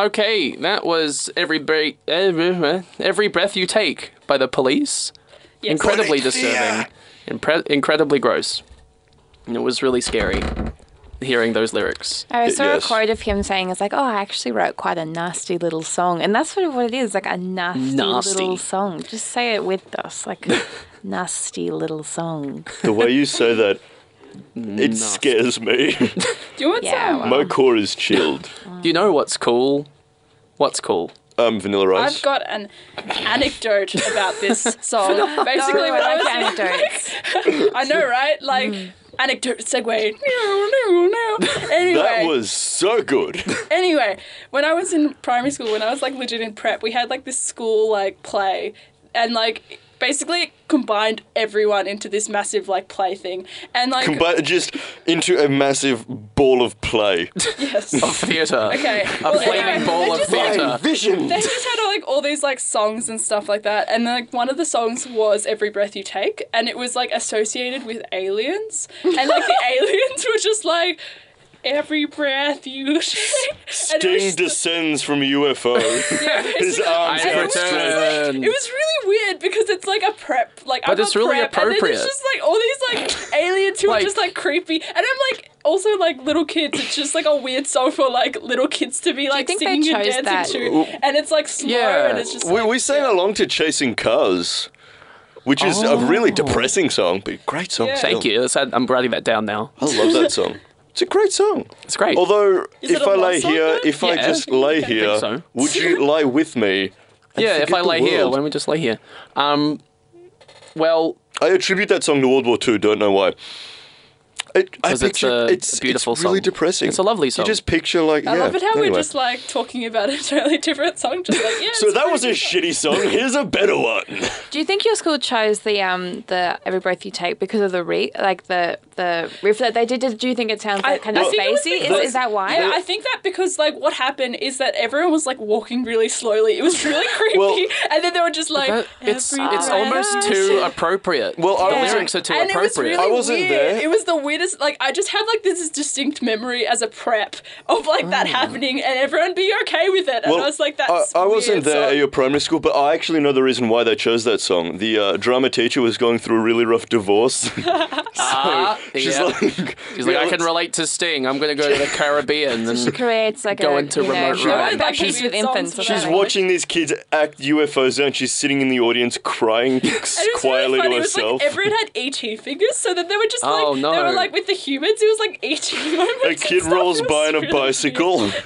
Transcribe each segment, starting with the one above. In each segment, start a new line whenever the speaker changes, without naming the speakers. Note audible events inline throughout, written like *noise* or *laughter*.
Okay, that was every break, every, every breath you take by the police.
Yes.
Incredibly
Police, yeah.
disturbing, impre- incredibly gross. And it was really scary hearing those lyrics.
I saw
yes.
a quote of him saying, "It's like, oh, I actually wrote quite a nasty little song," and that's sort of what it is, like a nasty,
Nasty.
little song. Just say it with us, like
*laughs*
nasty little song.
The way you say that, it scares
*laughs*
me.
Do you want
Yeah,
some?
well,
My core is chilled.
You know what's cool? What's cool?
Um, Vanilla Rice.
I've got an anecdote about this song. Basically,
Oh,
when I
like
was
anecdotes.
I know, right? Like anecdote segue. No, no, no. Anyway,
that was so good.
anyway, when I was in primary school, when I was like legit in prep, we had like this school like play, and like basically it combined everyone into this massive like play thing, and like
Combined just into a massive ball of play.
yes.
Theatre.
*laughs* Okay.
A
well,
flaming
anyway,
ball
they
of
just, like,
theatre.
vision.
they just had like all these like songs and stuff like that and like one of the songs was every breath you take and it was like associated with aliens and
*laughs*
like the aliens were just like every breath you take and it
Sting
was,
descends from a UFO.
*laughs* yeah,
His
basically-
arms
and it
are
was just,
outstretched.
like- it was really weird because it's like a prep, like
But
I'm
it's
a
really
prep, and then
appropriate.
it's just like all these like aliens who
Like-
are just like creepy, and I'm like also like little kids. It's just like a weird song for like little kids to be like
think they
singing and
chose
dancing
that?
to, and it's like slow,
Yeah.
and it's just
We,
like,
we sang along to Chasing Cars, which is a really depressing song, but great song.
Oh. Yeah.
still.
Thank you. That's- I'm writing that down now.
I love
*laughs*
that song. It's a great song.
It's great.
Although,
Is
if
it a
I
love
lay
song,
here,
though?
if I
Yeah.
just lay here,
so.
would
*laughs*
you lie with me? and
yeah, if
forget
I
the
lay here,
world?
why don't we just lay here? Um, well,
I attribute that song to World War II, don't know why. I, I
'Cause it's
picture
a-
it's,
a
it's
beautiful
really
song.
depressing.
It's a lovely song.
You just picture like
I
yeah,
love it how we're
anyway.
just like talking about a totally different song, just like yeah.
So
it's
that
pretty
was a
good.
shitty song. Here's a better
*laughs*
one.
Do you think your school chose the um the every breath you take because of the re like the the riff that they did? Do you think it sounds
I-
like kind
I
of
think it was
spacey? Is,
because-
is that why?
Yeah, I think that because like what happened is that everyone was like walking really slowly. It
*laughs*
was really creepy,
Well-
and then they were just like,
that- it's
E-, "Every
it's
breath
almost
you
too
take."
appropriate.
Well, I
the
was-
lyrics are too
and
appropriate.
It was really
I wasn't
weird.
there.
It was the weirdest. Like I just had like this distinct memory as a prep of like that happening, and everyone be okay with it. and I was like,
Mm.
"That's."
I, I wasn't
weird,
there
so-
at your primary school, but I actually know the reason why they chose that song. The uh, drama teacher was going through a really rough divorce. *laughs*
Ah,
She's
yeah.
like,
She's like,
"Yeah,
I can
let's-
relate to Sting. I'm going to
*laughs*
go to the Caribbean.
She
And
creates like
Go
a
into
you know,
remote
Ryan.
a piece with
She's
infants. or
She's
something.
watching these kids act UFOs out, and she's sitting in the audience crying
And it was
quietly
really funny.
to
It was
herself.
like everyone
*laughs*
had ET fingers, so that they were just like
Oh,
they
no.
were like with the humans. It was like ET moments.
a
and
kid
stuff.
rolls
It
by
was
on a
really
bicycle. Um,
weird.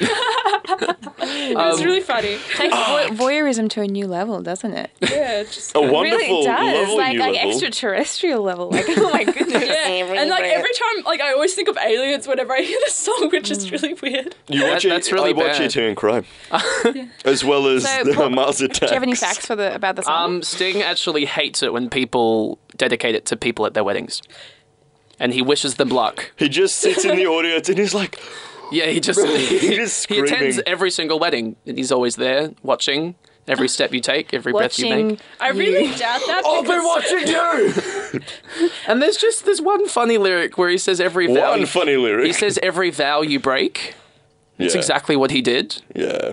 It was
*laughs*
really funny.
Takes
*laughs*
voy- voyeurism to a new level, doesn't it?
Yeah, just.
a
really
wonderful,
it does.
lovely
Like,
new
like
level.
extraterrestrial level. Like, oh
*laughs*
my goodness.
Yeah, and like every time, like I always think of aliens whenever I hear this song, which
Mm.
is really weird.
You watch
That-
it,
that's really
I watch
bad.
it and cry, as well as
So,
the
Paul,
Mars attack.
Do you have any facts for the about the song?
um, Sting actually hates it when people dedicate it to people at their weddings. And he wishes them luck.
He just sits in the audience and he's like,
Yeah, he just *laughs* he,
just
he attends
screaming.
every single wedding. And he's always there, watching every step you take, every breath you
Watching.
make.
I really doubt that.
Oh,
because-
watching you. *laughs* and there's just there's one funny lyric where he says every
"One
vow.
funny lyric."
He says every vow you break. That's
yeah,
exactly what he did.
Yeah,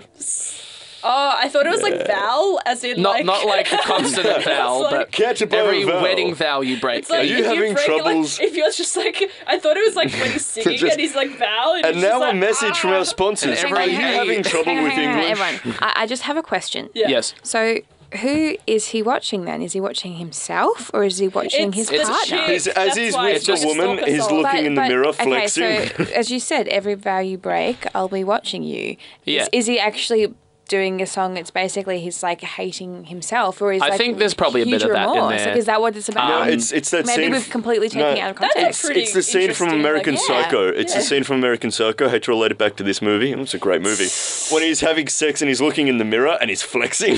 Oh, I thought it was like Val, as in
Not
like *laughs*
not like a consonant vow,
like-
but
Catch a bow
every
vow.
wedding vow you break.
It's like
you
if
having
you break,
troubles?
Like, if you're just like, I thought it was
*laughs*
like when he's singing
Just-
and he's like Val, and,
And
he's just
now
like,
a message
ah.
from our sponsors.
And
Are
every
you
day-
having trouble
Hang on,
with
hang on, hang on,
English?
*laughs* everyone. I, I just have a question.
Yeah.
yes.
So, who is he watching then? Is he watching himself or is he watching
It's
his
the
partner?
chick.
He's, as
That's
he's
why
with
it's
the
just
woman,
like a
he's
song.
looking in the mirror, flexing.
Okay, so as you said, every vow you break, I'll be watching you.
Yeah.
Is, is he actually doing a song that's basically he's like hating himself, or is
I
like
think there's probably a
huge
bit of that in
remorse?
there.
Like, is that what it's about?
No,
Um,
it's it's that
Maybe
scene.
we've completely taken
no,
it out of
That's a
context.
pretty
it's the scene from
interesting,
American
like, yeah.
Psycho. It's the scene from American Psycho. I hate to relate it back to this movie. It's a great movie. When he's having sex and he's looking in the mirror and he's flexing.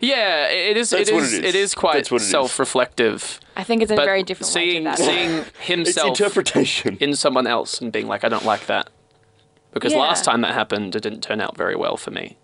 Yeah, it is.
That's
it,
what
is
it
it
is.
is. quite
That's what it is.
self-reflective.
I think it's a
But
very different
seeing
way to that.
seeing
it's
himself
interpretation.
in someone else and being like, I don't like that, because
Yeah.
last time that happened, it didn't turn out very well for me.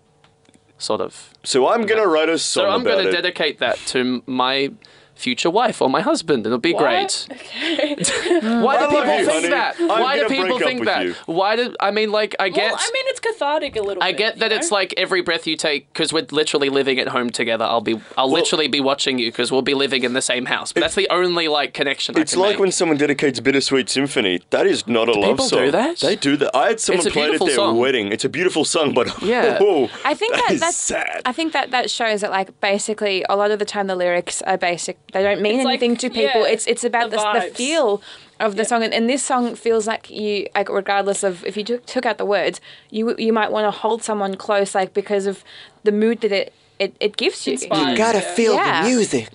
Sort of.
So I'm gonna write a song
So I'm
about
going to
it.
dedicate that to my future wife or my husband. It'll be great.
Okay.
Mm.
Why do
I love
people
you,
think
honey.
that?
I'm
Why do
gonna
people
break up
think
with
that?
you.
Why do I mean like I get
*laughs* Well, I mean, it's cathartic a little
I
bit.
get that
you
it's
know?
like every breath you take because we're literally living at home together. I'll be, I'll literally be watching you because we'll be living in the same house. But that's the only like connection.
It's like when someone dedicates Bittersweet Symphony. That is not a love
people
song.
do that?
They do that. I had someone
It's a
play it at
beautiful
their
song.
wedding. It's a beautiful song, but
Yeah.
*laughs* oh,
I think that,
is
that's
sad.
I think that that shows that like basically a lot of the time the lyrics are basic. They don't mean
It's like,
anything to people.
yeah,
it's it's about
the
the, the,
vibes.
feel of the song, and, and this song feels like you like regardless of if you took, took out the words, you you might want to hold someone close like because of the mood that it it, it gives you.
Inspired.
Gotta
Yeah.
feel
Yeah.
the music.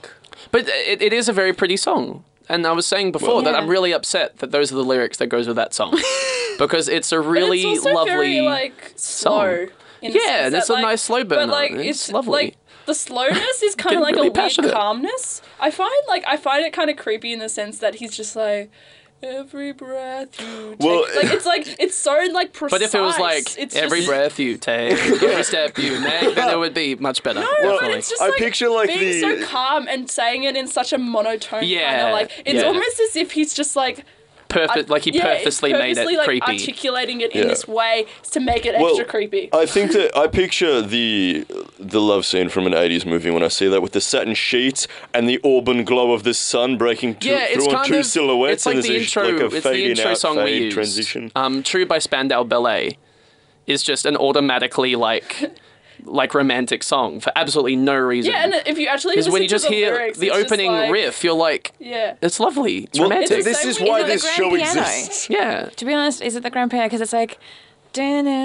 but it, it is a very pretty song. And I was saying before that I'm really upset that those are the lyrics that goes with that
*laughs*
song because it's a
But
really
it's also
lovely.
very, like slow. in the
Yeah,
sense
and it's
that,
a
like-
nice slow burner.
But like,
It's
it's,
lovely.
Like, the
*laughs*
slowness is kind
Getting
of like
really
a
passionate.
weird calmness. I find like I find it kind of creepy in the sense that he's just like every breath you take.
Well-
like
*laughs*
it's like it's so like precise.
but if it was like
it's
every
just-
breath you take,
*laughs*
every step you make, then it would be much better.
No, but
definitely.
it's just
I
like
picture, like,
being
the-
so calm and saying it in such a monotone kind
Yeah,
of like it's
yeah.
almost as if he's just like
Perfect, like he
yeah, it's
purposely, made it
purposely, like,
creepy.
articulating it in
Yeah.
this way to make it
Well,
extra creepy.
I think that I picture the the love scene from an '80s movie when I see that with the satin sheets and the auburn glow of the sun breaking two,
yeah, it's
through on
kind
two
of
silhouettes.
It's like
and
the
there's
intro.
A, sh- like a
it's
fade
the intro
in, out,
song
fade
we used.
Transition.
Um, True by Spandau Ballet is just an automatically like like romantic song for absolutely no reason.
yeah, and if you actually
because
listen
when you just
to the
hear
lyrics,
the
it's just
opening
like-
riff, you're like,
yeah,
it's lovely, it's
Well,
romantic.
it's the
this
same
is
when you
why
hear the
this
grand
show
piano.
exists.
yeah.
To be honest, is it the grand piano? Because it's like.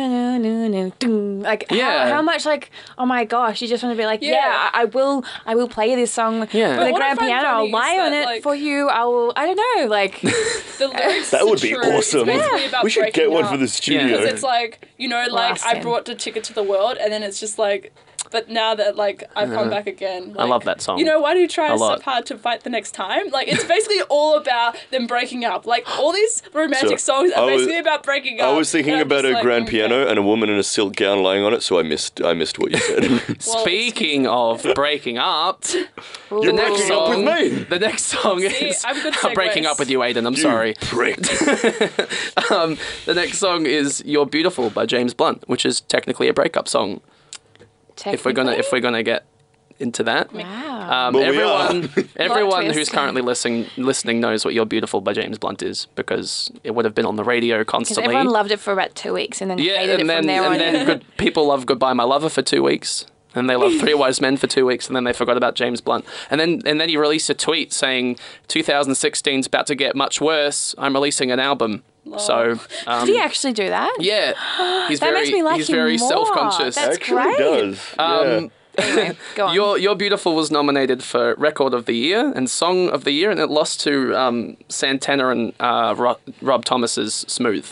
dun-dun-dun-dun-dun, Like how-
Yeah.
how, much like oh my gosh you just want to be like yeah,
Yeah.
I, I will I will play this song
Yeah. But
with a
what I
grand
find
piano
funny
I'll
is
lie on
that,
it
like-
for you I will I don't know
*laughs*
like
the lyrics.
That
to
would be
True is
awesome. *laughs*
basically about
We should get
breaking
one
up.
for the studio.
because it's like you know like I
Blasting.
brought the ticket to the world and then it's just like but now that like I've come back again like,
love that song.
you know why do you try
A lot.
so hard to fight the next time like it's basically all about them breaking up like all these romantic
So,
songs are
I was-
basically about breaking
uh,
up
I was thinking
and I'm
about
just
a
like, "Mm,
grand
okay.
piano and a woman in a silk gown lying on it, so I missed I missed what you
*laughs*
said.
Well,
Speaking
*laughs*
of breaking up,
You're
next
breaking up
song-
with me.
the next song *laughs* is
I'm good
I'm breaking
segues.
up with you, Aiden. I'm
You
sorry.
prick.
Um, the next song is "You're Beautiful" by James Blunt, which is technically a breakup song. If we're gonna, if we're gonna get into that,
*laughs* wow
um,
Well, we are. *laughs*
everyone, everyone who's
twist.
currently listening, listening knows what "You're Beautiful" by James Blunt is because it would have been on the radio
because
constantly.
everyone loved it for about two weeks and then
yeah,
hated it
and
from
then
there on
and then
in.
good people love "Goodbye My Lover" for two weeks, and they love
*laughs*
Three Wise Men for two weeks, and then they forgot about James Blunt, and then and then he released a tweet saying 2016's about to get much worse. I'm releasing an album. So um,
did he actually do that *gasps*
yeah, he's
That
very
makes me like
he's
him
very
more.
self-conscious.
That's
Actually
great.
does. yeah.
Um,
Anyway,
*laughs*
go on
Your Your Beautiful was nominated for Record of the Year and Song of the Year, and it lost to um, Santana and uh, Ro- Rob Thomas's Smooth.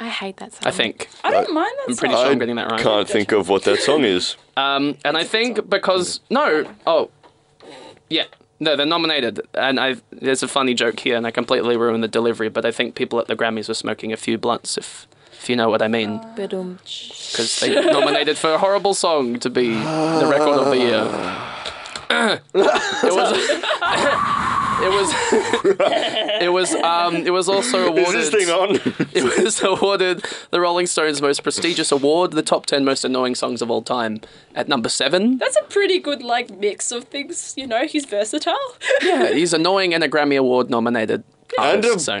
I hate that song
I think,
I don't mind that
I'm pretty
song.
sure
I
I'm getting that right.
Can't think of what that song is.
Um, and I think because no, oh, yeah, no, they're nominated, and I there's a funny joke here, and I completely ruined the delivery, but I think people at the Grammys were smoking a few blunts, if if you know what I mean,
Ba-dum-tsh.
because they nominated for a horrible song to be the Record of the Year. it was. *laughs* It was. It was. Um, it was also awarded.
Is this thing on?
*laughs* It was awarded the Rolling Stones' most prestigious award, the top ten most annoying songs of all time, at number seven.
that's a pretty good like mix of things you know he's versatile *laughs*
Yeah, he's annoying and a Grammy Award nominated.
and
artist,
a
Oh, so. *laughs*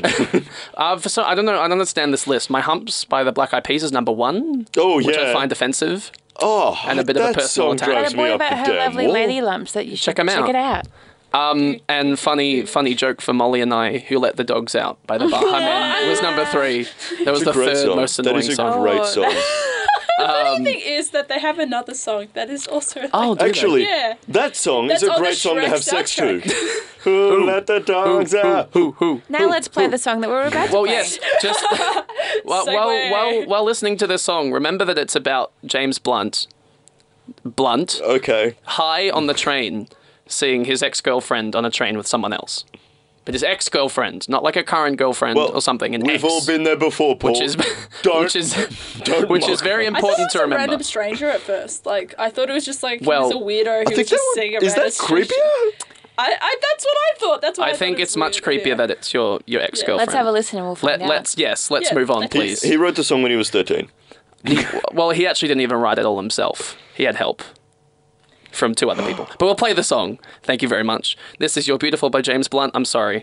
bastard. *laughs*
Uh, for so I don't know. I don't understand this list. My humps by the Black Eyed Peas is number one,
Oh yeah.
which I find offensive.
oh,
and a bit of a
that
personal
song
attack.
and
drives
a
me
boy
up
about
the
her
damn
lovely
wall.
lady lumps that you should
Check 'em out.
check it out
Um, and funny, funny joke for Molly and I, who let the dogs out by the Baha Men was number three. That was
It's a
the
great
third
song.
most
that
annoying
is a
song.
great
Oh,
song.
*laughs*
the thing is that they have another song that is also like,
Oh, do they?
Actually,
Yeah.
that song
That's
is a
on the
great song to
Shrek
have sex to. *laughs*
soundtrack.
Who let the dogs out?
who, who?
now let's play the song that we were about
Well,
to play
yes. Just while, while,
Segue.
while, while listening to this song, remember that it's about James Blunt. Blunt
Okay.
high on the train, seeing his ex girlfriend on a train with someone else, but his ex girlfriend, not like a current girlfriend
Well,
or something. An
We've
ex,
all been there before, Paul.
which is *laughs*
Don't-
which
*laughs*
is
don't
which
mock
is very
I thought it
important
was
to
a
remember.
random stranger at first. Like I thought it was just like
Well,
he was a weirdo who
I think
was
that
just
one,
singing.
is that creepier?
I, I that's what I thought. That's what I,
I
thought
think
it
it's
was
much
weird,
creepier
yeah.
that it's your your ex girlfriend.
Let's have a listen and we'll find
Let,
out.
let's yes, let's
Yeah,
move on,
let's-
He,
*laughs*
please.
he wrote the song when he was 13.
well, he actually didn't even write it all himself. He had help from two other people. But we'll play the song. Thank you very much. This is Your Beautiful by James Blunt. I'm sorry.